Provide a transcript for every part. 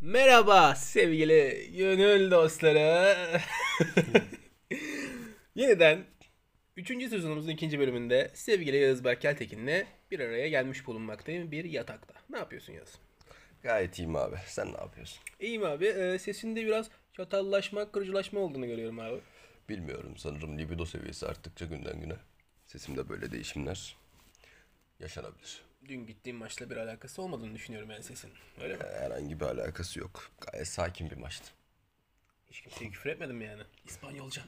Merhaba sevgili gönül dostları. Yeniden 3. sezonumuzun ikinci bölümünde sevgili Yağız Berk Keltekin'le bir araya gelmiş bulunmaktayım bir yatakta. Ne yapıyorsun Yağız? Gayet iyiyim abi. Sen ne yapıyorsun? İyiyim abi. Ee, sesinde biraz çatallaşma, kırıcılaşma olduğunu görüyorum abi. Bilmiyorum. Sanırım libido seviyesi arttıkça günden güne sesimde böyle değişimler yaşanabilir. Dün gittiğim maçla bir alakası olmadığını düşünüyorum ben sesin. Öyle mi? Herhangi bir alakası yok. Gayet sakin bir maçtı. Hiç kimseye küfür etmedim yani. İspanyolca.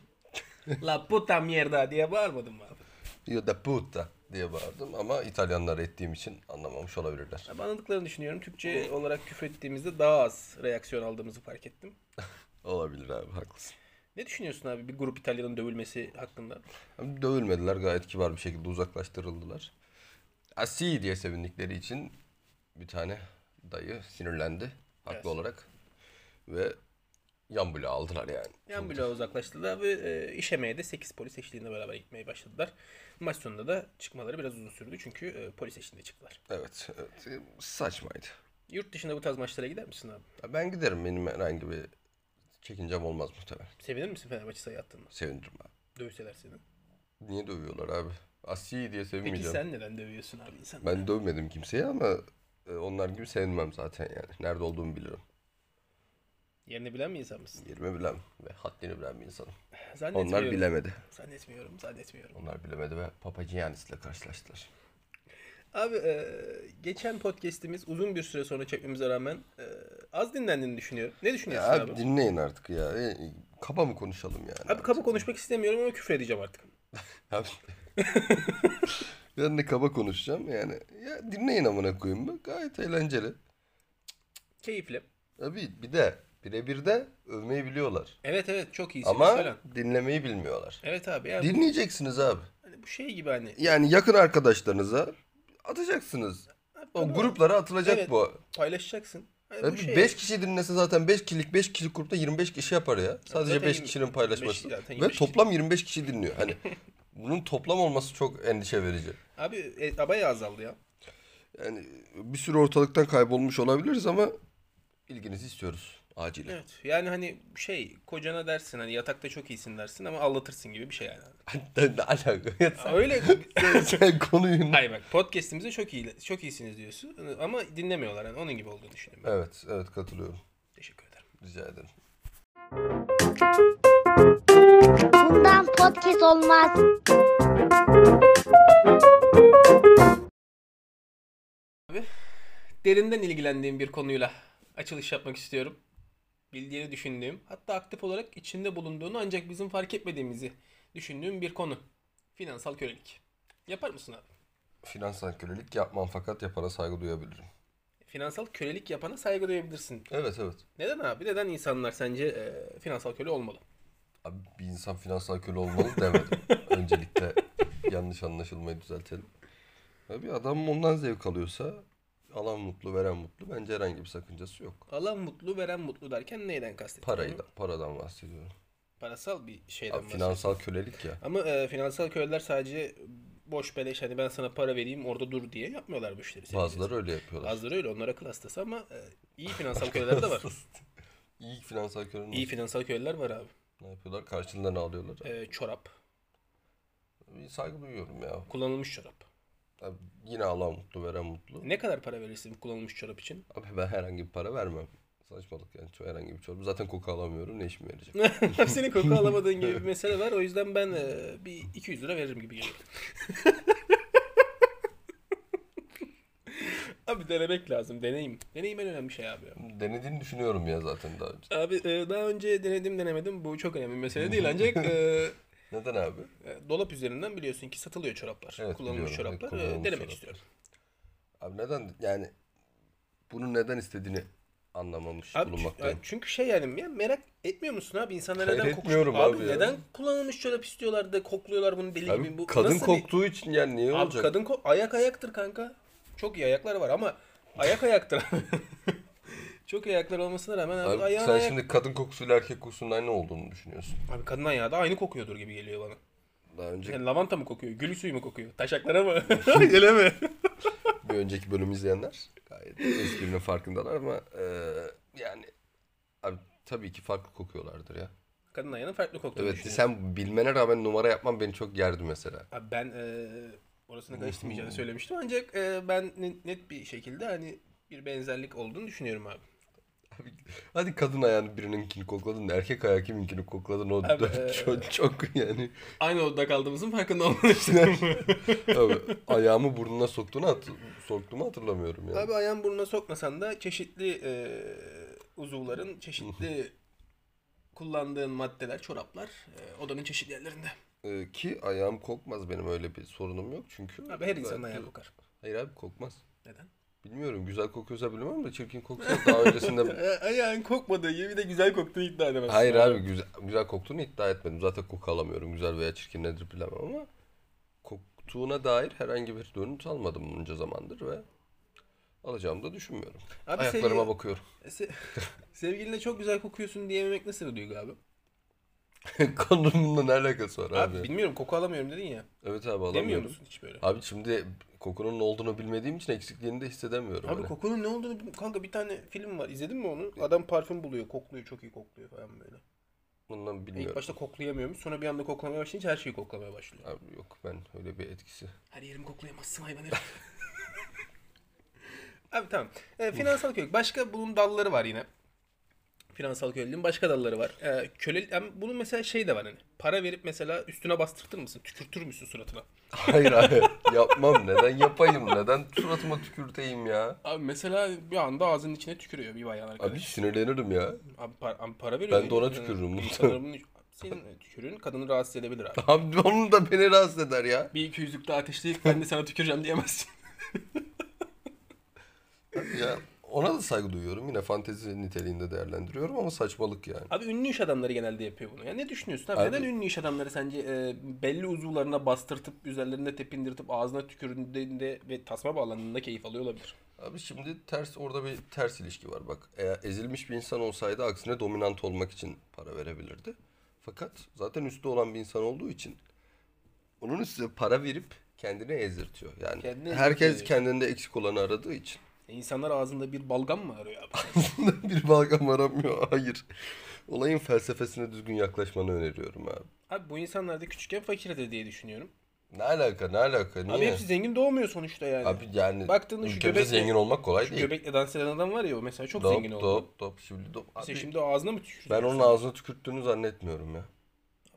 La puta mierda diye bağırmadım mı abi. Ya da puta diye bağırdım ama İtalyanlar ettiğim için anlamamış olabilirler. Abi anladıklarını düşünüyorum. Türkçe olarak küfür ettiğimizde daha az reaksiyon aldığımızı fark ettim. Olabilir abi haklısın. Ne düşünüyorsun abi bir grup İtalyanın dövülmesi hakkında? Hem Dövülmediler gayet kibar bir şekilde uzaklaştırıldılar. Asi diye sevindikleri için bir tane dayı sinirlendi haklı Evet. olarak ve yambule aldılar yani. Yambula uzaklaştılar ve e, işemeye de 8 polis eşliğinde beraber gitmeye başladılar. Maç sonunda da çıkmaları biraz uzun sürdü çünkü e, polis eşliğinde çıktılar. Evet, evet. E, Saçmaydı. Yurt dışında bu tarz maçlara gider misin abi? Ya Ben giderim. Benim herhangi bir çekincem olmaz muhtemelen. Sevinir misin Fenerbahçe sayı attığında? Sevinirim abi. Dövseler seni. Niye dövüyorlar abi? Asi diye Peki sevinmeyeceğim. sen neden dövüyorsun abi insan? Ben dövmedim kimseyi ama e, onlar gibi sevinmem zaten yani. Nerede olduğumu bilirim. Yerini bilen mi insan mısın? Yerimi bilen ve haddini bilen bir insanım. Zannetmiyorum. Onlar bilemedi. Zannetmiyorum, zannetmiyorum. Onlar bilemedi ve Papagiannis ile karşılaştılar. Abi e, geçen podcast'imiz uzun bir süre sonra çekmemize rağmen e, az dinlendiğini düşünüyorum. Ne Ya düşünüyorsun abi, abi? dinleyin artık ya. E, e, kaba mı konuşalım yani? Abi kaba konuşmak istemiyorum ama küfür edeceğim artık. Abi. ben de kaba konuşacağım yani. Ya dinleyin amına koyayım bak. Gayet eğlenceli. Keyifli. Abi bir de birebir de övmeyi biliyorlar. Evet evet çok iyisin. Ama Söyle. dinlemeyi bilmiyorlar. Evet abi ya Dinleyeceksiniz abi. hani bu şey gibi hani. Yani yakın arkadaşlarınıza atacaksınız. O gruplara atılacak Evet. bu. Paylaşacaksın. Hani bu Abi 5 kişi dinlese zaten 5 kişilik 5 kişilik grupta 25 kişi yapar ya. Sadece zaten 5 yirmi- kişinin paylaşması. beş- zaten Ve 25 toplam 25 kişi dinliyor. Hani bunun toplam olması çok endişe verici. Abi e, abaya azaldı ya. Yani bir sürü ortalıktan kaybolmuş olabiliriz ama ilginizi istiyoruz acilen. Evet. Yani hani şey kocana dersin hani yatakta çok iyisin dersin ama anlatırsın gibi bir şey yani. ne alaka? Öyle. Sen- Sen konuyu Hayır bak podcast'imize çok iyi çok iyisiniz diyorsun ama dinlemiyorlar yani onun gibi olduğunu düşünüyorum. ben. Evet, evet katılıyorum. Teşekkür ederim. Rica ederim. Bundan podcast olmaz. Derinden ilgilendiğim bir konuyla açılış yapmak istiyorum. Bildiğini düşündüğüm, hatta aktif olarak içinde bulunduğunu ancak bizim fark etmediğimizi düşündüğüm bir konu. Finansal kölelik. Yapar mısın abi? Finansal kölelik yapmam fakat yapana saygı duyabilirim. Finansal kölelik yapana saygı duyabilirsin. Evet, evet. Neden abi? Neden insanlar sence e, finansal köle olmalı? Abi bir insan finansal köle olmalı demedim. Öncelikle yanlış anlaşılmayı düzeltelim. Abi adam ondan zevk alıyorsa alan mutlu, veren mutlu. Bence herhangi bir sakıncası yok. Alan mutlu, veren mutlu derken neyden kastediyorsun? Parayla, paradan bahsediyorum. Parasal bir şeyden Abi bahsediyorum. finansal kölelik ya. Ama e, finansal köleler sadece boş beleş hani ben sana para vereyim orada dur diye yapmıyorlar bu işleri. sevgili Bazıları öyle yapıyorlar. Bazıları öyle onlara kıl hastası ama e, iyi finansal köleler de var. İyi finansal kölenin iyi finansal köleler var abi. ne yapıyorlar? Karşılığında ne alıyorlar? E, çorap. Bir saygı duyuyorum ya. Kullanılmış çorap. Abi yine alan mutlu, veren mutlu. Ne kadar para verirsin kullanılmış çorap için? Abi ben herhangi bir para vermem. Saçmalık yani çok herhangi bir çorba. Zaten koku alamıyorum ne işime yarayacak. Hepsini koku alamadığın gibi bir mesele var. O yüzden ben e, bir 200 lira veririm gibi geliyor. abi denemek lazım. Deneyim. Deneyim en önemli şey abi. ya. Denediğini düşünüyorum ya zaten daha önce. Abi e, daha önce denedim denemedim. Bu çok önemli bir mesele değil. Ancak e, Neden abi? E, Dolap üzerinden biliyorsun ki satılıyor çoraplar. Evet, kullanılmış biliyorum. çoraplar. Evet, E, kullanılmış Denemek çoraplar. istiyorum. Abi neden yani bunu neden istediğini anlamamış Abi, çü- bulunmaktayım. abi çünkü şey yani ya merak etmiyor musun abi insanlar Hayır, neden kokuyor? etmiyorum Abi, abi ya. neden kullanılmış çorap istiyorlar da kokluyorlar bunu deli Abi şey gibi. Bu kadın nasıl bir- koktuğu için yani niye Abi olacak? kadın ko- ayak ayaktır kanka. Çok iyi ayaklar var ama ayak ayaktır. Çok iyi ayaklar olmasına rağmen abi, Abi ayağın sen ayak. şimdi kadın kokusuyla erkek kokusunun aynı olduğunu düşünüyorsun. Abi kadın ayağı da aynı kokuyordur gibi geliyor bana. Daha önce Yani lavanta mı kokuyor? Gül suyu mu kokuyor? Taşaklara mı? Öyle mi? bir önceki bölümü izleyenler gayet esprinin farkındalar ama e, yani tabii ki farklı kokuyorlardır ya. Kadın ayağının farklı koktuğunu Evet düşünüyorum. sen bilmene rağmen numara yapman beni çok gerdi mesela. Abi ben eee orasını karıştırmayacağını söylemiştim ancak eee, ben ne- net bir şekilde hani bir benzerlik olduğunu düşünüyorum abi. Abi, hadi kadın ayağını birininkini kokladın da erkek ayağı kiminkini kokladın o Abi, dört- e- çok, çok yani. Aynı odada kaldığımızın farkında olmamıştım. Abi, ayağımı burnuna soktuğunu hat soktuğumu hatırlamıyorum yani. abi ayağın burnuna sokmasan da çeşitli eee, uzuvların çeşitli kullandığın maddeler, çoraplar eee, odanın çeşitli yerlerinde. Ee, ki ayağım kokmaz benim öyle bir sorunum yok çünkü. Abi her insanın Ben- ayağı kokar. Hayır abi kokmaz. Neden? Bilmiyorum güzel kokuyorsa bilmem de çirkin kokuyorsa daha öncesinde... A- E, Ayağın kokmadığı gibi bir de güzel koktuğunu iddia edemezsin. Hayır abi güzel, güzel koktuğunu iddia etmedim. Zaten koku alamıyorum. Güzel veya çirkin nedir bilemem ama koktuğuna dair herhangi bir dönüt almadım bunca zamandır ve alacağımı da düşünmüyorum. Abi Ayaklarıma seviye- bakıyorum. Se- Sevgiline çok güzel kokuyorsun diyememek nasıl bir duygu abi? Konunun ne alakası var abi? Abi bilmiyorum koku alamıyorum dedin ya. Evet abi Demiyor alamıyorum. musun hiç böyle? Abi şimdi kokunun ne olduğunu bilmediğim için eksikliğini de hissedemiyorum. Abi öyle. kokunun ne olduğunu bilmiyorum. kanka bir tane film var izledin mi onu? Adam parfüm buluyor kokluyor çok iyi kokluyor falan böyle. Bundan İlk bilmiyorum. başta koklayamıyormuş sonra bir anda koklamaya başlayınca her şeyi koklamaya başlıyor. Abi yok ben öyle bir etkisi. Her yerimi koklayamazsın hayvan herif. Abi tamam. Ee, finansal kölelik. Başka bunun dalları var yine. Finansal köleliğin başka dalları var. Ee, köle, hem bunun mesela şey de var hani. Para verip mesela üstüne bastırtır mısın? Tükürtür müsün suratına? Hayır abi yapmam. Neden yapayım? Neden suratıma tükürteyim ya? Abi mesela bir anda ağzının içine tükürüyor bir bayan arkadaş. Abi sinirlenirim ya. Abi, par- abi para veriyor. Ben de ona Yani tükürürüm. insanların bunu- senin tükürüğün kadını rahatsız edebilir abi. Abi onun da beni rahatsız eder ya. Bir iki yüzlük daha ateşleyip ben de sana tüküreceğim diyemezsin. ya. Ona da saygı duyuyorum. Yine fantezi niteliğinde değerlendiriyorum ama saçmalık yani. Abi ünlü iş adamları genelde yapıyor bunu. Ya ne düşünüyorsun abi? Abi- Neden ünlü iş adamları sence e, belli uzuvlarına bastırtıp üzerlerine tepindirtip ağzına tükürdüğünde ve tasma bağlandığında keyif alıyor olabilir? Abi şimdi ters orada bir ters ilişki var bak. Eğer ezilmiş bir insan olsaydı aksine dominant olmak için para verebilirdi. Fakat zaten üstte olan bir insan olduğu için onun üstüne para verip kendini ezirtiyor. Yani Kendini herkes ezirtiyor. kendinde eksik olanı aradığı için. E, İnsanlar ağzında bir balgam mı arıyor abi? bir balgam aramıyor. Hayır. Olayın felsefesine düzgün yaklaşmanı öneriyorum abi. abi bu insanlar da küçükken fakirdi diye düşünüyorum. Ne alaka ne alaka niye? Abi hepsi zengin doğmuyor sonuçta yani. Abi yani Baktığında şu ülkemizde göbekle- zengin olmak kolay Şu değil. göbekle dans eden adam var ya o mesela çok Dop, zengin oldu. dop, dop, şimdi dop. Abi, Sen şimdi ağzına mı tükürdün? ben onun ağzına tükürttüğünü zannetmiyorum ya.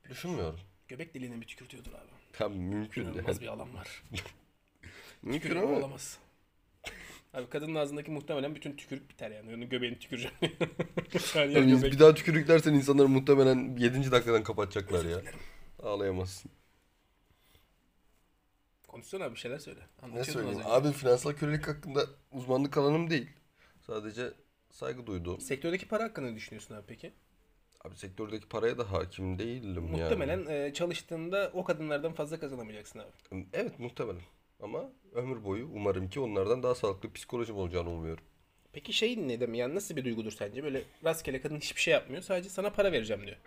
Düşünmüyorum. Göbek deliğine mi tükürtüyordur abi? Tam mümkün değil. İnanılmaz bir alan var. Mümkün Tükürük ama olamaz. Abi kadının ağzındaki muhtemelen bütün tükürük biter yani. Onun göbeğini tüküreceğim. Her yer Yani göbek. bir daha tükürük dersen insanları muhtemelen 7. dakikadan kapatacaklar ya. Ağlayamazsın. Konuşsana abi bir şeyler söyle. Ne Anlatıyordun az söyleyeyim? önce. Abi finansal kölelik hakkında uzmanlık alanım değil. Sadece saygı duyduğum. Sektördeki para hakkında ne düşünüyorsun abi peki? Abi sektördeki paraya da hakim değilim yani. Muhtemelen e, çalıştığında o kadınlardan fazla kazanamayacaksın abi. Evet muhtemelen. Ama ömür boyu umarım ki onlardan daha sağlıklı psikolojim olacağını umuyorum. Peki şey ne demek yani nasıl bir duygudur sence? Böyle rastgele kadın hiçbir şey yapmıyor sadece sana para vereceğim diyor.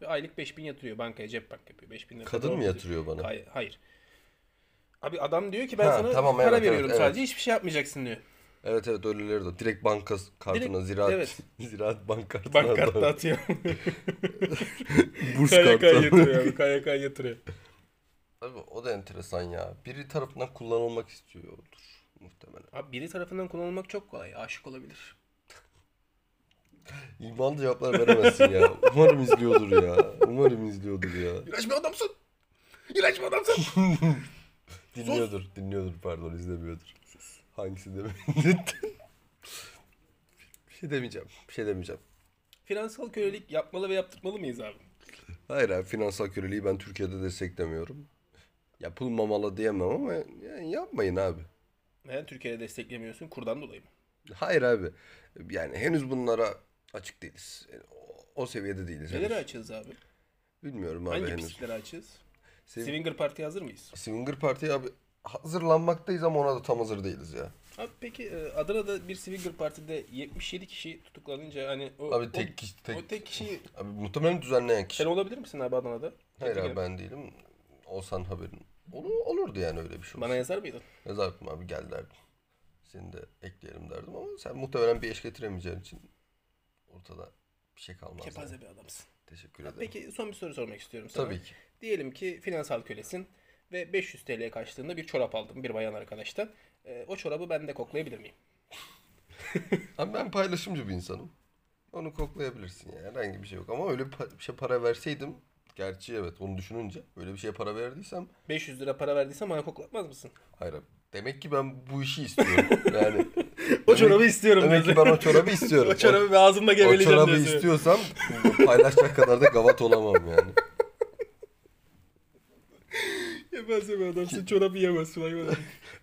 Ve aylık 5000 yatırıyor bankaya cep bank yapıyor. 5000 lira Kadın mı orada- yatırıyor bana? Hayır, hayır. Abi adam diyor ki ben Ha, sana tamam, para evet, veriyorum evet, sadece hiçbir şey yapmayacaksın diyor. Evet evet öyleleri de direkt banka kartına Direkt- ziraat evet. ziraat bank kartına Bank kartı da- atıyor. burs KYK yatırıyor kartına. abi. KYK yatırıyor. Abi o da enteresan ya. Biri tarafından kullanılmak istiyordur muhtemelen. Abi biri tarafından kullanılmak çok kolay. Aşık olabilir. İlmanlı cevaplar veremezsin ya. Umarım izliyordur ya. Umarım izliyordur ya. İğrenç bir adamsın. İğrenç bir adamsın. Dinliyordur. Dinliyordur pardon izlemiyordur. Hangisi demedin? bir şey demeyeceğim. Bir şey demeyeceğim. Finansal kölelik yapmalı ve yaptırmalı mıyız abi? Hayır abi finansal köleliği ben Türkiye'de desteklemiyorum. Yapılmamalı diyemem ama yani yapmayın abi. Neden Türkiye'de desteklemiyorsun? Kurdan dolayı mı? Hayır abi. Yani henüz bunlara açık değiliz. Yani o- O seviyede değiliz Nelere henüz. açığız abi? Bilmiyorum abi Hangi henüz. pisliklere açığız? Sev- Swinger Party hazır mıyız? Swinger Party'ye abi hazırlanmaktayız ama ona da tam hazır değiliz ya. Abi peki e, Adana'da bir Swinger Parti'de 77 kişi tutuklanınca hani o, Abi o- tek kişi tek. o tek kişi Abi muhtemelen düzenleyen kişi. sen olabilir misin abi Adana'da? Hayır Tebrik abi ederim. ben değilim. Olsan haberin. Olur, olurdu yani öyle bir şey Bana olsa. yazar mıydın? Yazardım abi gel derdim. Seni de ekleyelim derdim ama sen muhtemelen bir eş getiremeyeceğin için ortada Bir şey kalmaz. yani. Kepaze bir adamsın. Teşekkür ederim. Peki son bir soru sormak istiyorum sana. Tabii ki. Diyelim ki finansal kölesin ve 500 TL karşılığında bir çorap aldım bir bayan arkadaştan. Ee, o çorabı ben de koklayabilir miyim? Abi ben paylaşımcı bir insanım. Onu koklayabilirsin yani. Herhangi bir şey yok. Ama öyle bir pa- bir şey para verseydim. Gerçi evet onu düşününce. Öyle bir şeye para verdiysem. 500 lira para verdiysen bana koklatmaz mısın? Hayır abi. Demek ki ben bu işi istiyorum. Yani O çorabı istiyorum demek ki ben o çorabı istiyorum. o çorabı ve ağzımda O geveleyeceğim çorabı diyorsun. istiyorsam paylaşacak kadar da gavat olamam yani. Yemezsin be adam. Sen çorabı yemezsin hayvan.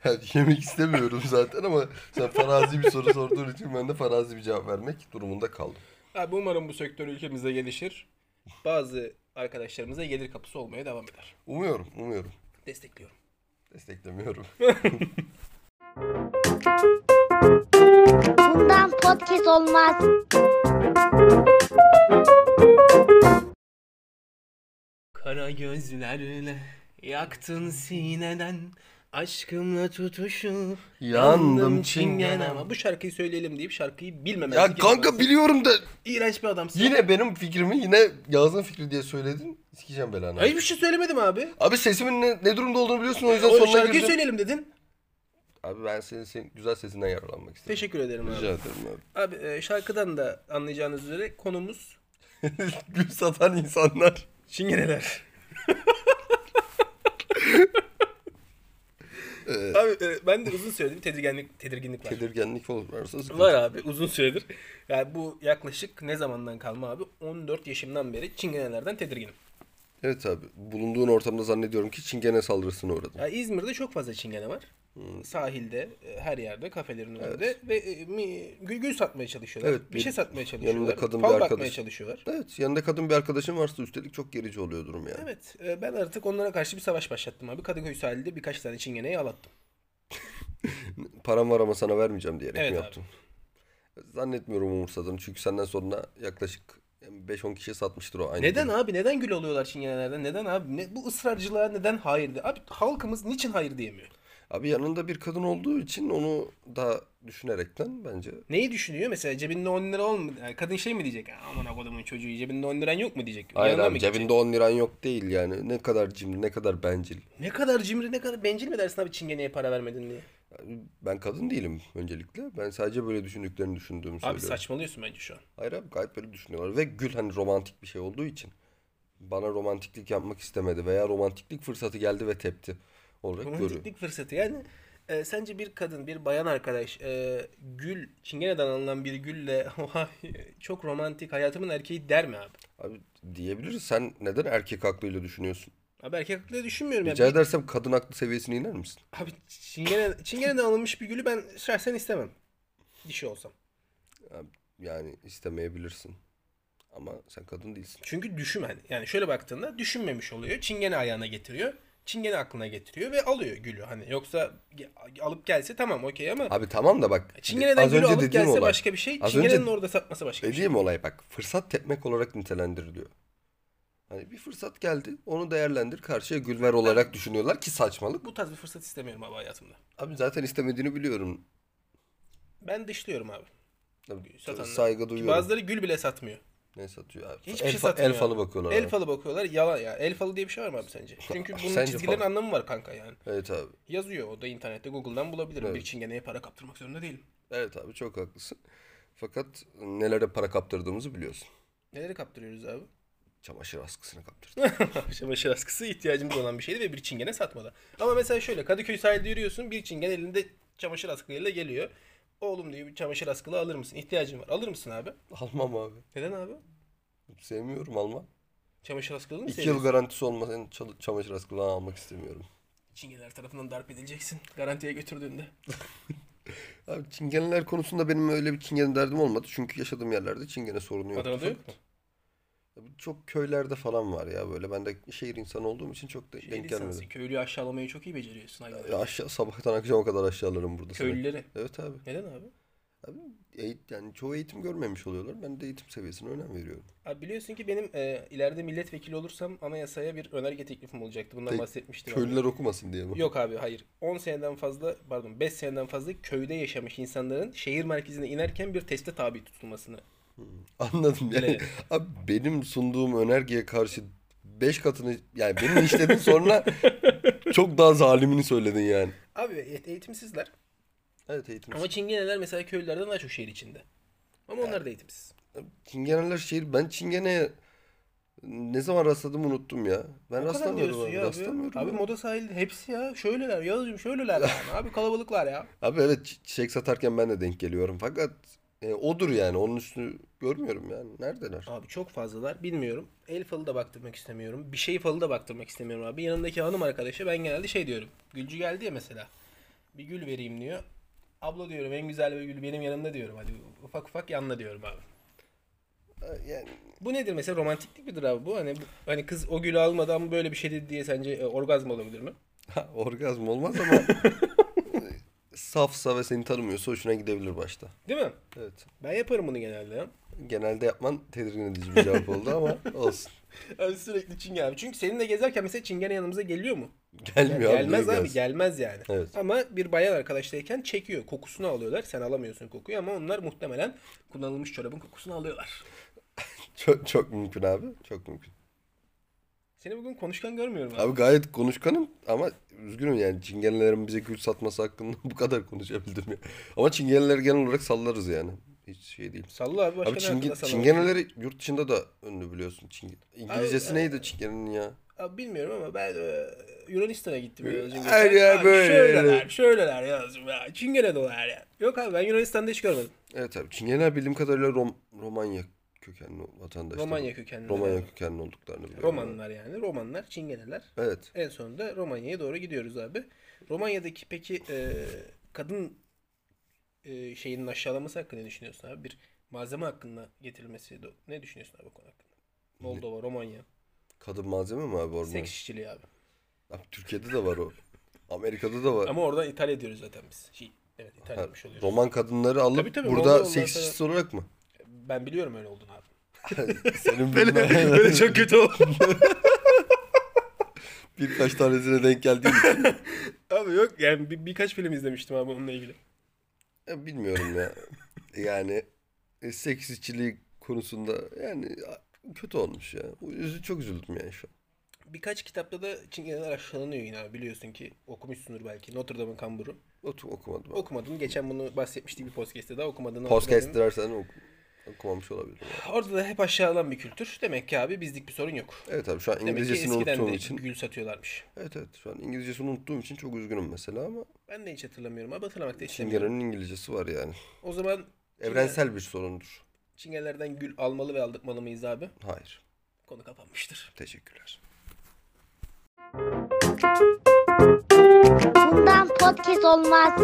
Yani yemek istemiyorum zaten ama sen farazi bir soru sorduğun için ben de farazi bir cevap vermek durumunda kaldım. Abi umarım bu sektör ülkemizde gelişir. Bazı arkadaşlarımıza gelir kapısı olmaya devam eder. Umuyorum, umuyorum. Destekliyorum. Desteklemiyorum. Bundan podcast olmaz. Kara gözlerle yaktın sineden aşkımla tutuşu Yandım çingenem. Bu şarkıyı söyleyelim deyip şarkıyı bilmemezlik Ya kanka yapamazsın. biliyorum da İğrenç bir adamsın. yine benim fikrimi yine Yağız'ın fikri diye söyledin. Sikeceğim belanı. Ay bir şey söylemedim abi. Abi sesimin ne, ne durumda olduğunu biliyorsun o yüzden O sonuna şarkıyı girdim. söyleyelim dedin. Abi ben senin, senin güzel sesinden yararlanmak istedim. Teşekkür ederim abi. Rica ederim abi. Abi e, şarkıdan da anlayacağınız üzere konumuz Gül satan insanlar. çingeneler. Ee, Abi e, ben de uzun süredir bir tedirginlik, tedirginlik var. tedirginlik olur varsa sıkıntı. Var abi uzun süredir. Yani bu yaklaşık ne zamandan kalma abi? 14 yaşımdan beri çingenelerden tedirginim. Evet abi. Bulunduğun ortamda zannediyorum ki çingene saldırısına uğradın. Ya İzmir'de çok fazla çingene var. Hmm. Sahilde, e, her yerde, kafelerin önünde ve e, mi- gül, gül satmaya çalışıyorlar. Evet, bir bir- şey satmaya çalışıyorlar. kadın bir fal arkadaş. bakmaya çalışıyorlar. Evet yanında kadın bir arkadaşın varsa üstelik çok gerici oluyor durum yani. Evet, e, ben artık onlara karşı bir savaş başlattım abi. Kadıköy sahilde birkaç tane çingeneyi alattım. Param var ama sana vermeyeceğim diyerek Evet mi abi. yaptın? Zannetmiyorum umursadığını çünkü senden sonra yaklaşık yani 5-10 kişiye satmıştır o aynı. Neden gün. abi? Neden gül oluyorlar çingenelerden? Neden abi? Ne, bu ısrarcılığa neden hayır de? Abi halkımız niçin hayır diyemiyor? Abi yanında bir kadın olduğu için onu da düşünerekten bence Neyi düşünüyor? Mesela cebinde 10 lira olmadı. Yani kadın şey mi diyecek? Aman akodumun çocuğu cebinde 10 liran yok mu diyecek? Hayır Yanına abi mı cebinde gidecek? 10 liran yok değil yani. Ne kadar cimri, ne kadar bencil. Ne kadar cimri ne kadar bencil mi dersin abi çingeneye para vermedin diye? Yani ben kadın değilim öncelikle. Ben sadece böyle düşündüklerini düşündüğümü Abi söylüyorum. saçmalıyorsun bence şu an. Hayır abi gayet böyle düşünüyorlar. Ve Gül hani romantik bir şey olduğu için bana romantiklik yapmak istemedi veya romantiklik fırsatı geldi ve tepti olarak görüyor. Romantiklik fırsatı yani. e, sence bir kadın, bir bayan arkadaş e, gül, çingeneden alınan bir gülle "Vay, çok romantik hayatımın erkeği der mi abi? Abi diyebiliriz sen neden erkek aklıyla düşünüyorsun? Abi erkek aklıyla düşünmüyorum. Rica Yani. edersem kadın aklı seviyesine iner misin? Abi çingene, çingeneden alınmış bir gülü ben şahsen istemem. Dişi olsam. Abi, yani istemeyebilirsin. Ama sen kadın değilsin. Çünkü düşünmen. Yani şöyle baktığında düşünmemiş oluyor. Çingene ayağına getiriyor. Çingene aklına getiriyor ve alıyor gülü. Hani yoksa ge- alıp gelse tamam okey ama Abi tamam da bak E, Çingene'den az gülü önce alıp dediğim gelse olay. başka bir şey. Az Çingene'nin önce- orada satması başka bir şey. Dediğim olay bak fırsat tepmek olarak nitelendiriliyor. Hani bir fırsat geldi onu değerlendir karşıya gül ver olarak düşünüyorlar ki saçmalık. şey. Bu tarz bir fırsat istemiyorum abi hayatımda. Abi zaten istemediğini biliyorum. Ben dışlıyorum abi. Tabii, Satanlar. Saygı Ki duyuyorum. Bazıları gül bile satmıyor. Ne satıyor abi? Hiçbir el, şey fa- satmıyor. El falı bakıyorlar. El abi. falı bakıyorlar. Yalan ya. El falı diye bir şey var mı abi sence? Çünkü bunun Sence çizgilerin falan. anlamı var kanka yani. Evet abi. Yazıyor o da internette Google'dan bulabilirim. Evet. Bir çingeneye para kaptırmak zorunda değilim. Evet abi çok haklısın. Fakat nelere para kaptırdığımızı biliyorsun. Neleri kaptırıyoruz abi? Çamaşır askısını kaptırdık. Çamaşır askısı ihtiyacımız olan bir şeydi ve bir çingene satmadı. Ama mesela şöyle Kadıköy sahilde yürüyorsun bir çingen elinde çamaşır askıyla geliyor. Oğlum diyor bir çamaşır askılı alır mısın? İhtiyacım var. Alır mısın abi? Almam abi. Neden abi? Sevmiyorum alma. Çamaşır askılı mı İki seviyorsun? yıl garantisi olmadan çal- çamaşır askılarını almak istemiyorum. Çingeneler tarafından darp edileceksin. Garantiye götürdüğünde. Abi çingeneler konusunda benim öyle bir çingene derdim olmadı. Çünkü yaşadığım yerlerde çingene sorunu yoktu. Adana'da yok mu? Abi Çok köylerde falan var ya böyle. Ben de şehir insanı olduğum için çok da Şey denk lisansı. gelmedi. Köylüyü aşağılamayı çok iyi beceriyorsun. Hayvan. Ya aşağı sabahtan akşama kadar aşağılarım burada seni. Köylüleri. Evet abi. Neden abi? Abi eğit- yani çoğu eğitim görmemiş oluyorlar. Ben de eğitim seviyesine önem veriyorum. Abi biliyorsun ki benim e, ileride milletvekili olursam anayasaya bir önerge teklifim olacaktı. Bundan Tek- bahsetmiştim. abi. Köylüler okumasın diye mi? Yok abi hayır. 10 seneden fazla pardon 5 seneden fazla köyde yaşamış insanların şehir merkezine inerken bir teste tabi tutulmasını Anladım yani. Bile. Abi benim sunduğum önergeye karşı 5 katını yani benim işledin sonra çok daha zalimini söyledin yani. Abi eğit- eğitimsizler. Evet eğitim. Ama Çingeneler mesela köylülerden daha çok şehir içinde. Ama onlar da eğitimsiz. Çingeneler şehir. Ben Çingene'ye ne zaman rastladım unuttum ya. Ben O kadar rastlamıyorum diyorsun abi. ya rastlamıyorum abi. Abi ya. moda sahilde hepsi ya. Şöyleler yazıcım şöyleler yani. Abi kalabalıklar ya. Abi evet çi- çiçek satarken ben de denk geliyorum. Fakat e, odur yani. Onun üstünü görmüyorum yani. Neredeler? Abi çok fazlalar bilmiyorum. El falı da baktırmak istemiyorum. Bir şey falı da baktırmak istemiyorum abi. Yanındaki hanım arkadaşa ben genelde şey diyorum. Gülcü geldi ya mesela. Bir gül vereyim diyor. Abla diyorum en güzel bir gül benim yanımda diyorum. Hadi ufak ufak yanına diyorum abi. Yani Bu nedir mesela romantiklik midir abi bu? Hani bu- hani kız o gülü almadan böyle bir şey dedi diye sence e, orgazm olabilir mi? ha, orgazm olmaz ama safsa ve seni tanımıyorsa hoşuna gidebilir başta. Değil mi? Evet. Ben yaparım bunu genelde. ya. Genelde yapman tedirgin edici bir cevap oldu ama olsun. Abi sürekli çingen abi. Çünkü seninle gezerken mesela çingene yanımıza geliyor mu? Gelmiyor abi. gelmez niye abi gelsin? gelmez yani. Evet. Ama bir bayan arkadaştayken çekiyor. Kokusunu alıyorlar. Sen alamıyorsun kokuyu ama onlar muhtemelen kullanılmış çorabın kokusunu alıyorlar. Çok, çok mümkün abi. Çok mümkün. Seni bugün konuşkan görmüyorum abi. Abi gayet konuşkanım ama üzgünüm yani çingenelerin bize gül satması hakkında bu kadar konuşabildim ya. Ama çingeneler genel olarak sallarız yani. Hiç şey değil. Salla abi başka Abi ne çinge, hakkında sana çingeneleri yurt dışında da ünlü biliyorsun. Çinge- İngilizcesi Abi, neydi çingenenin ya? Abi bilmiyorum ama ben e, Yunanistan'a gittim yazın. Her yer böyle. Şöyleler, şöyleler yazın ya. Çingene dolar ya. Yok abi ben Yunanistan'da hiç görmedim. Evet abi çingeneler bildiğim kadarıyla Rom- Romanya kökenli vatandaşlar. Romanya kökenli. Romanya kökenli olduklarını biliyorum. Romanlar yani. Romanlar, Çingeneler. Evet. En sonunda Romanya'ya doğru gidiyoruz abi. Romanya'daki peki e, kadın e, şeyinin aşağılaması hakkında ne düşünüyorsun abi? Bir malzeme hakkında getirilmesi do- ne düşünüyorsun abi bu konu hakkında? Moldova, Romanya. Kadın malzeme mi abi orman? Seks işçiliği abi. Abi Türkiye'de de var o. Amerika'da da var. Ama oradan ithal ediyoruz zaten biz. Şey, evet ithal Ha, etmiş oluyoruz. Roman kadınları alıp Tabii tabii, burada Moldova ondan seks sonra- işçisi olarak mı? Ben biliyorum öyle olduğunu abi. Senin Böyle, bilmem- böyle çok kötü oldu. Birkaç tanesine denk geldiğim için. Abi yok yani bir, birkaç film izlemiştim abi onunla ilgili. Ya bilmiyorum ya. Yani e, seks işçiliği konusunda yani a- kötü olmuş ya. Üzü, çok üzüldüm yani şu an. Birkaç kitapta da Çingeneler aşağılanıyor yine abi biliyorsun ki okumuşsundur belki Notre Dame'ın Kamburu. Otum okumadım. abi. Okumadım. Geçen bunu bahsetmiştik bir podcast'te daha okumadığını Podcast hatırladım. dilersen oku- okumamış olabilirim. yani. Orada da hep aşağılan bir kültür. Demek ki abi bizlik bir sorun yok. Evet abi şu an Demek ki İngilizcesini eskiden unuttuğum de için. gül satıyorlarmış. Evet evet şu an İngilizcesini unuttuğum için çok üzgünüm mesela ama Ben de hiç hatırlamıyorum abi hatırlamak da istemiyorum. Çingene'nin İngilizcesi var yani. O zaman Evrensel bir sorundur. Çingenelerden gül almalı ve aldırtmalı mıyız abi? Hayır. Konu kapanmıştır. Teşekkürler. Bundan podcast olmaz.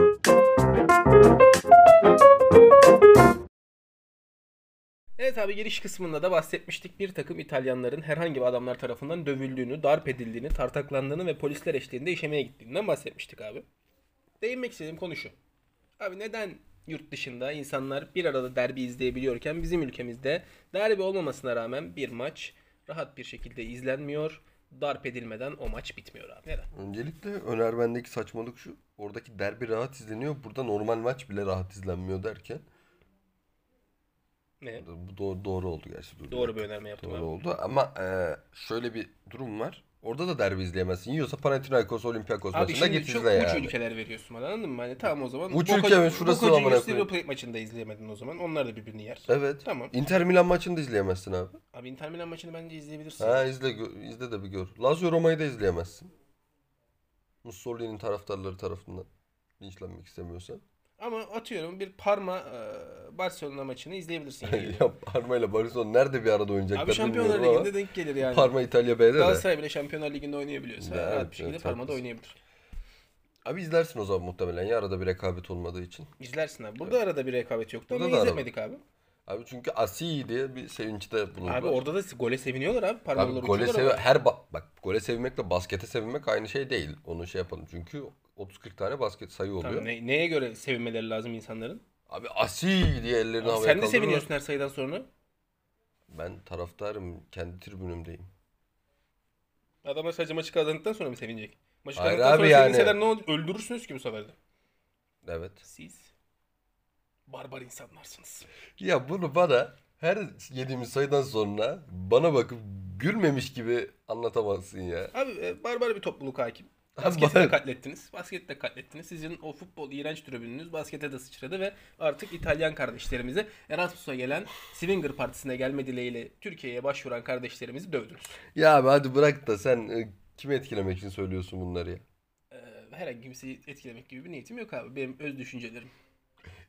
Evet abi giriş kısmında da bahsetmiştik. Bir takım İtalyanların herhangi bir adamlar tarafından dövüldüğünü, darp edildiğini, tartaklandığını ve polisler eşliğinde işemeye gittiğinden bahsetmiştik abi. Değinmek istediğim konu şu. Abi neden yurt dışında insanlar bir arada derbi izleyebiliyorken bizim ülkemizde derbi olmamasına rağmen bir maç rahat bir şekilde izlenmiyor, darp edilmeden o maç bitmiyor abi. Neden? Öncelikle önermendeki saçmalık şu. Oradaki derbi rahat izleniyor. Burada normal maç bile rahat izlenmiyor derken. Ne? Bu doğru, doğru oldu gerçi. Dur bir Doğru dakika. bir önerme yaptım Doğru abi. oldu ama e, şöyle bir durum var. Orada da derbi izleyemezsin. Yiyorsa Panathinaikos, Olympiakos Abi maçında şimdi git çok şey. izle uç yani. ülkeler veriyorsun bana anladın mı? Hani tamam o zaman. Uç Boca- ülke mi? Şurası Boca amına Juniors koyayım. River Plate maçını da izleyemedin o zaman. Onlar da birbirini yer. Evet. Tamam. Inter Milan maçını da izleyemezsin abi. Abi Inter Milan maçını bence izleyebilirsin. Ha izle gö- izle de bir gör. Lazio Roma'yı da izleyemezsin. Mussolini'nin taraftarları tarafından linçlenmek istemiyorsan. Ama atıyorum bir Parma e, Barcelona maçını izleyebilirsin. Yani. ya Parma ile Barcelona nerede bir arada oynayacaklar Abi Şampiyonlar bilmiyorum ama Ligi'nde denk gelir yani. Parma İtalya B'de de. Galatasaray bile Şampiyonlar Ligi'nde oynayabiliyorsa Evet, rahat bir şekilde evet, Parma'da haklısın. oynayabilir. Abi izlersin o zaman muhtemelen ya arada bir rekabet olmadığı için. İzlersin abi. Burada arada bir rekabet yoktu Burada ama da arada- izlemedik abi. Abi çünkü Asi diye bir sevinçte bulundular. Abi orada da gole seviniyorlar abi. Abi Parmaları gole uçuyorlar sev ama. her ba- bak gole sevmekle baskete sevinmek aynı şey değil. Onu şey yapalım. Çünkü 30-40 tane basket sayı oluyor. Tamam, ne- neye göre sevinmeleri lazım insanların? Abi asi diye ellerini Abi sen havaya de kaldırıyorlar. seviniyorsun her sayıdan sonra. Ben taraftarım. Kendi tribünümdeyim. Adamlar sadece maçı kazandıktan sonra mı sevinecek? Maçı Hayır kazandıktan abi sonra yani. sevinseler ne olur? Öldürürsünüz ki bu sefer de. Evet. Siz barbar insanlarsınız. Ya bunu bana Her yediğimiz sayıdan sonra bana bakıp gülmemiş gibi anlatamazsın ya. Abi e, barbar bir topluluk hakim. Abi Basketi de barbar- katlettiniz. Basketi de katlettiniz. Sizin o futbol iğrenç tribününüz baskete de sıçradı ve artık İtalyan kardeşlerimizi Erasmus'a gelen Swinger Partisi'ne gelme dileğiyle Türkiye'ye başvuran kardeşlerimizi dövdünüz. Ya abi hadi bırak da sen e, kimi etkilemek için söylüyorsun bunları ya? Ee, herhangi kimseyi etkilemek gibi bir niyetim yok abi. Benim öz düşüncelerim.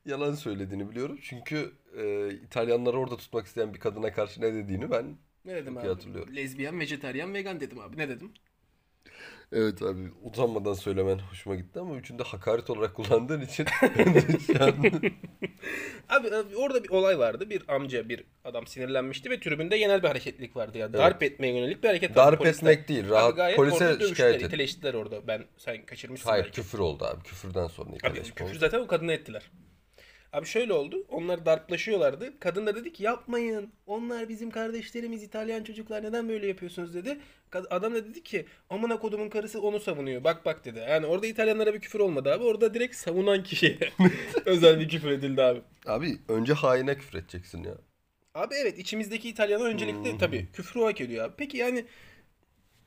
Yalan söylediğini biliyorum. Çünkü e, İtalyanları orada tutmak isteyen bir kadına karşı ne dediğini ben... Ne dedim Çok iyi abi? hatırlıyorum. Lezbiyen, vejetaryen, vegan dedim abi. Ne dedim? Evet abi utanmadan söylemen hoşuma gitti ama üçünde hakaret olarak kullandığın için şu an Abi, abi orada bir olay vardı. Bir amca, bir adam sinirlenmişti ve tribünde genel bir hareketlilik vardı ya. Darp etmeye yönelik bir hareket vardı. darp Polisler- etmek değil. Abi Rahat gayet orada polise dövüştüler, şikayet et. iteleştiler orada. Ben sen kaçırmışsın Hayır belki. küfür oldu abi. Küfürden sonra Abi iteleşme küfür oldu. zaten o kadını ettiler. Abi şöyle oldu. Onlar darplaşıyorlardı. Kadın da dedi ki yapmayın. Onlar bizim kardeşlerimiz İtalyan çocuklar neden böyle yapıyorsunuz dedi. Kad- Adam da dedi ki amına kodumun karısı onu savunuyor. Bak bak dedi. Yani orada İtalyanlara bir küfür olmadı abi. Orada direkt savunan kişiye özel bir küfür edildi abi. Abi önce haine küfredeceksin ya. Abi evet içimizdeki İtalyanlar öncelikle Hmm. tabii küfrü hak ediyor abi. Peki yani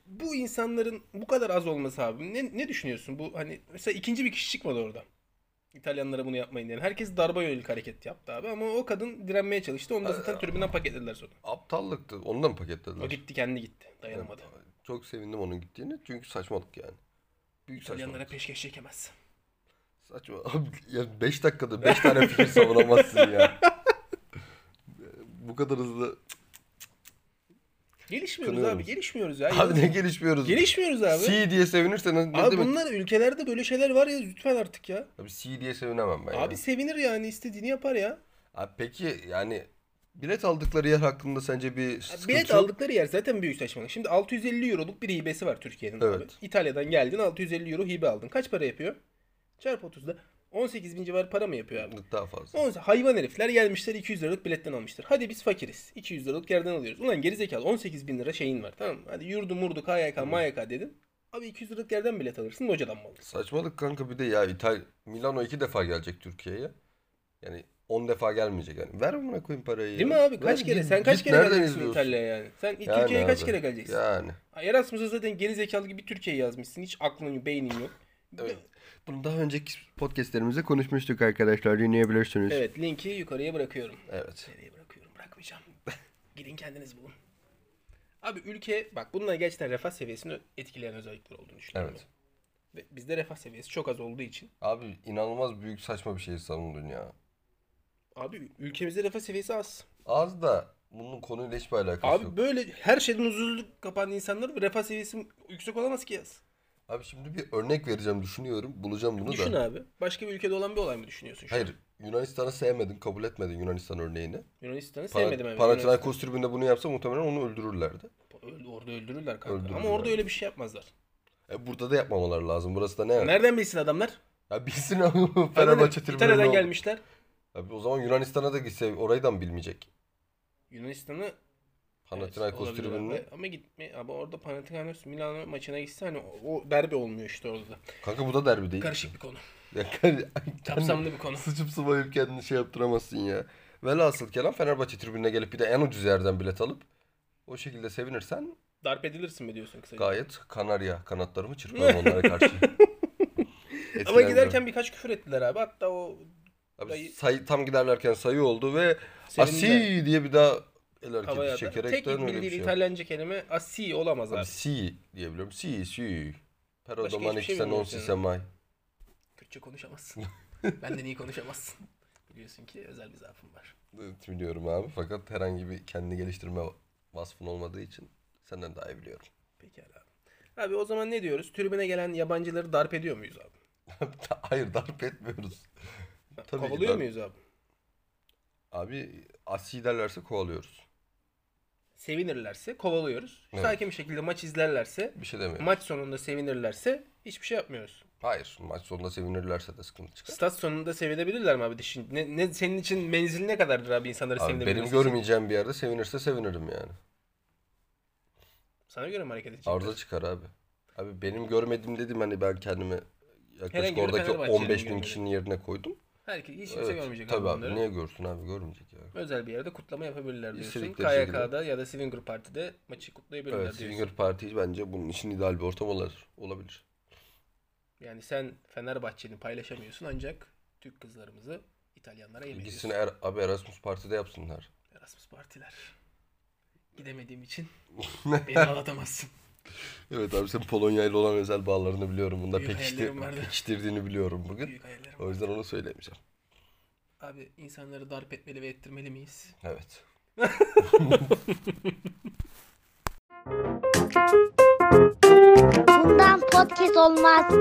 bu insanların bu kadar az olması abi ne, ne düşünüyorsun? Bu hani mesela ikinci bir kişi çıkmadı orada. İtalyanlara bunu yapmayın diye. Herkes darba yönelik hareket yaptı abi ama o kadın direnmeye çalıştı. Onu da zaten tribünden paketlediler sonra. Aptallıktı. Ondan mı paketlediler? O gitti kendi gitti. Dayanamadı. Çok sevindim onun gittiğini. Çünkü saçmalık yani. Büyük İtalyanlara saçmalık. peşkeş çekemez. Saçma. Abi ya 5 dakikada 5 tane fikir savunamazsın ya. Bu kadar hızlı. Gelişmiyoruz Kınıyorum. abi gelişmiyoruz ya. Abi ne gelişmiyoruz? Gelişmiyoruz abi. C diye sevinirsen ne abi demek? bunlar ülkelerde böyle şeyler var ya lütfen artık ya. Abi C diye sevinemem ben ya. Abi sevinir yani istediğini yapar ya. Abi peki yani bilet aldıkları yer hakkında sence bir Ya sıkıntı Bilet yok? aldıkları yer zaten büyük saçmalık. Şimdi 650 euroluk bir hibesi var Türkiye'nin abi. Evet. İtalya'dan geldin 650 euro hibe aldın. Kaç para yapıyor? Çarp 30'da 18 bin civarı para mı yapıyor abi? Daha fazla. Onsa hayvan herifler gelmişler 200 liralık biletten almıştır. Hadi biz fakiriz. 200 liralık yerden alıyoruz. Ulan gerizekalı 18 bin lira şeyin var tamam mı? Hadi yurdu murdu KYK MYK dedin. Abi 200 liralık yerden bilet alırsın hocadan mı alırsın? Saçmalık kanka bir de ya İtal Milano iki defa gelecek Türkiye'ye. Yani 10 defa gelmeyecek yani. Ver buna koyayım parayı. ya. Değil mi abi? Kaç Ver, kere? git- Sen kaç git, kere nereden geleceksin izliyorsun? İtalya'ya yani? Sen Yani Türkiye'ye kaç abi, kere geleceksin? Yani. Erasmus'a zaten gerizekalı gibi Türkiye yazmışsın. Hiç aklın beynin yok. Evet. Bunu daha önceki podcastlerimizde konuşmuştuk arkadaşlar. Dinleyebilirsiniz. Evet linki yukarıya bırakıyorum. Evet. Nereye bırakıyorum bırakmayacağım. Gidin kendiniz bulun. Abi ülke bak bununla gerçekten refah seviyesini etkileyen özellikler olduğunu düşünüyorum. Evet. ben. Ve bizde refah seviyesi çok az olduğu için. Abi inanılmaz büyük saçma bir şey savundun ya. Abi ülkemizde refah seviyesi az. Az da bunun konuyla hiçbir alakası Abi yok. böyle her şeyden huzurluluk kapan insanların refah seviyesi yüksek olamaz ki az. Abi şimdi bir örnek vereceğim düşünüyorum. Bulacağım bunu Düşün da. abi. Başka bir ülkede olan bir olay mı düşünüyorsun? şu an? Hayır. Yunanistan'ı sevmedin, kabul etmedin Yunanistan örneğini. Yunanistan'ı Para- sevmedim abi. Panathinaikos tribünde bunu yapsa muhtemelen onu öldürürlerdi. Yunanistan- Öldü- Orada öldürürler kanka. Ama Öldürürler. orada öyle bir şey yapmazlar. E burada da yapmamaları lazım. Burası da ne? Nereden bilsin adamlar? Ya bilsin ama Adamlar Fenerbahçe tribünü. İtalya'dan gelmişler. Abi o zaman Yunanistan'a da gitse orayı da mı bilmeyecek? Yunanistan'ı Panathinaikos olabilir tribününü. abi. Ama gitme abi orada Panathinaikos Milano maçına gitse hani o- o derbi olmuyor işte orada. da. Kanka bu da derbi değil. Karışık bir konu. Ya kar- Kapsamlı bir konu. Sıçıp sıvayıp kendini şey yaptıramazsın ya. Velhasıl kelam Fenerbahçe tribününe gelip bir de en ucuz yerden bilet alıp o şekilde sevinirsen Darp edilirsin mi diyorsun kısaca? gayet kanarya kanatlarımı çırparım onlara karşı. Ama Etkilenmiyorum. giderken birkaç küfür ettiler abi. Hatta o Abi sayı, tam giderlerken sayı oldu ve sevindiler. Asi diye bir daha el havaya hareketi atar. çekerek Tek dön öyle bildiğin bir şey. yap. İtalyanca kelime asi olamaz abi. Abi si diyebiliyorum. Si si. Pero Başka domani hiçbir şey se non bilmiyorum si yani. semai. Türkçe konuşamazsın. Benden iyi konuşamazsın. Biliyorsun ki özel bir zaafım var. Evet, biliyorum abi fakat herhangi bir kendini geliştirme vasfın olmadığı için senden daha iyi biliyorum. Pekala abi. Abi o zaman ne diyoruz? Tribüne gelen yabancıları darp ediyor muyuz abi? Hayır darp etmiyoruz. Tabii ki Kovalıyor darp- muyuz abi? Abi asi derlerse kovalıyoruz. Sevinirlerse kovalıyoruz. Evet. Sakin bir şekilde maç izlerlerse Bir şey demiyorum. Maç sonunda sevinirlerse hiçbir şey yapmıyoruz. Hayır maç sonunda sevinirlerse de sıkıntı çıkar. Stat sonunda sevinebilirler mi abi? Şimdi Ne, ne, senin için menzil ne kadardır abi insanları Abi benim sevinebilmesi? görmeyeceğim bir yerde sevinirse sevinirim yani. Sana göre mi hareket edecekler? Arıza çıkar abi. Abi benim görmediğim dedim hani ben kendimi yaklaşık Herhangi bir oradaki Fenerbahçe'nin 15 bin görmediği. kişinin yerine koydum. Herkes hiç kimse Evet, görmeyecek Tabii abi bunları. niye görsün abi görmeyecek ya. Özel bir yerde kutlama yapabilirler diyorsun. İstedikleri şekilde. KYK'da ya da Swinger Parti'de maçı kutlayabilirler Evet diyorsun. Swinger Parti bence bunun için ideal bir ortam olur. Olabilir. Yani sen Fenerbahçe'ni paylaşamıyorsun ancak Türk kızlarımızı İtalyanlara yem Gitsin ediyorsun. er, abi Erasmus Parti'de yapsınlar. Erasmus partiler. Gidemediğim için beni ağlatamazsın. Evet abi sen Polonya ile olan özel bağlarını biliyorum. Bunda Büyük hayallerim vardı. pekiştir, pekiştirdiğini biliyorum bugün. Büyük hayallerim. O yüzden onu söylemeyeceğim. Abi insanları darp etmeli ve ettirmeli miyiz? Evet. Bundan podcast olmaz.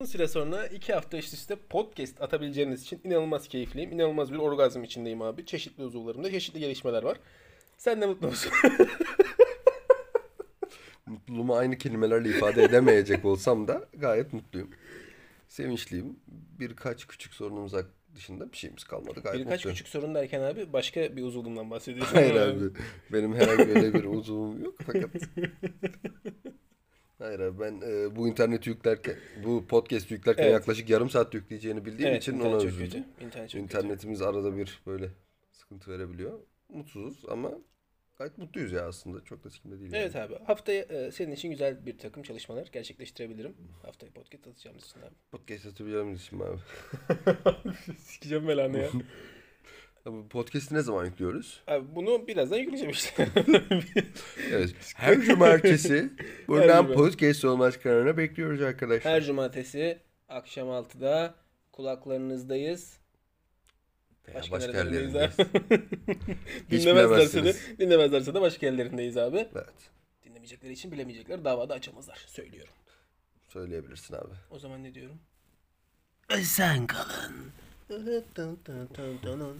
Uzun süre sonra iki hafta üst üste podcast atabileceğiniz için inanılmaz keyifliyim. İnanılmaz bir orgazm içindeyim abi. Çeşitli uzuvlarımda çeşitli gelişmeler var. Sen de mutlu musun? Mutluluğumu aynı kelimelerle ifade edemeyecek olsam da gayet mutluyum. Sevinçliyim. Birkaç küçük sorunumuz hak- dışında bir şeyimiz kalmadı. Gayet Birkaç mutluyum. küçük sorun derken abi başka bir uzuvumdan bahsediyorsun. Hayır Ama abi. Benim herhangi öyle bir uzuvum yok fakat. Hayır abi ben e, bu interneti yüklerken, bu podcast yüklerken Evet. yaklaşık yarım saat yükleyeceğini bildiğim Evet, için internet ona çok üzüldüm. kötü. İnternet çok kötü. İnternetimiz arada bir böyle sıkıntı verebiliyor. Mutsuzuz ama gayet mutluyuz ya aslında. Çok da sıkıntı değil. yani. Evet abi. Haftaya e, senin için güzel bir takım çalışmalar gerçekleştirebilirim. Haftaya podcast atacağımız için abi. Podcast atabiliyoruz için abi. Sikeceğim belanı ya. Abi podcast'i ne zaman yüklüyoruz? abi bunu birazdan yükleyeceğim işte. Evet. Her cumartesi Her buradan cuma. podcast olmaz kanalına bekliyoruz arkadaşlar. Her cumartesi akşam 6'da kulaklarınızdayız. Veya Başka, başka yerlerindeyiz yerlerindeyiz. abi. Hiç dinlemezlerse de, bilemezsiniz. dinlemezlerse de başka yerlerindeyiz abi. Evet. Dinlemeyecekleri için bilemeyecekler. Davada açamazlar. Söylüyorum. Söyleyebilirsin abi. O zaman ne diyorum? Sen kalın.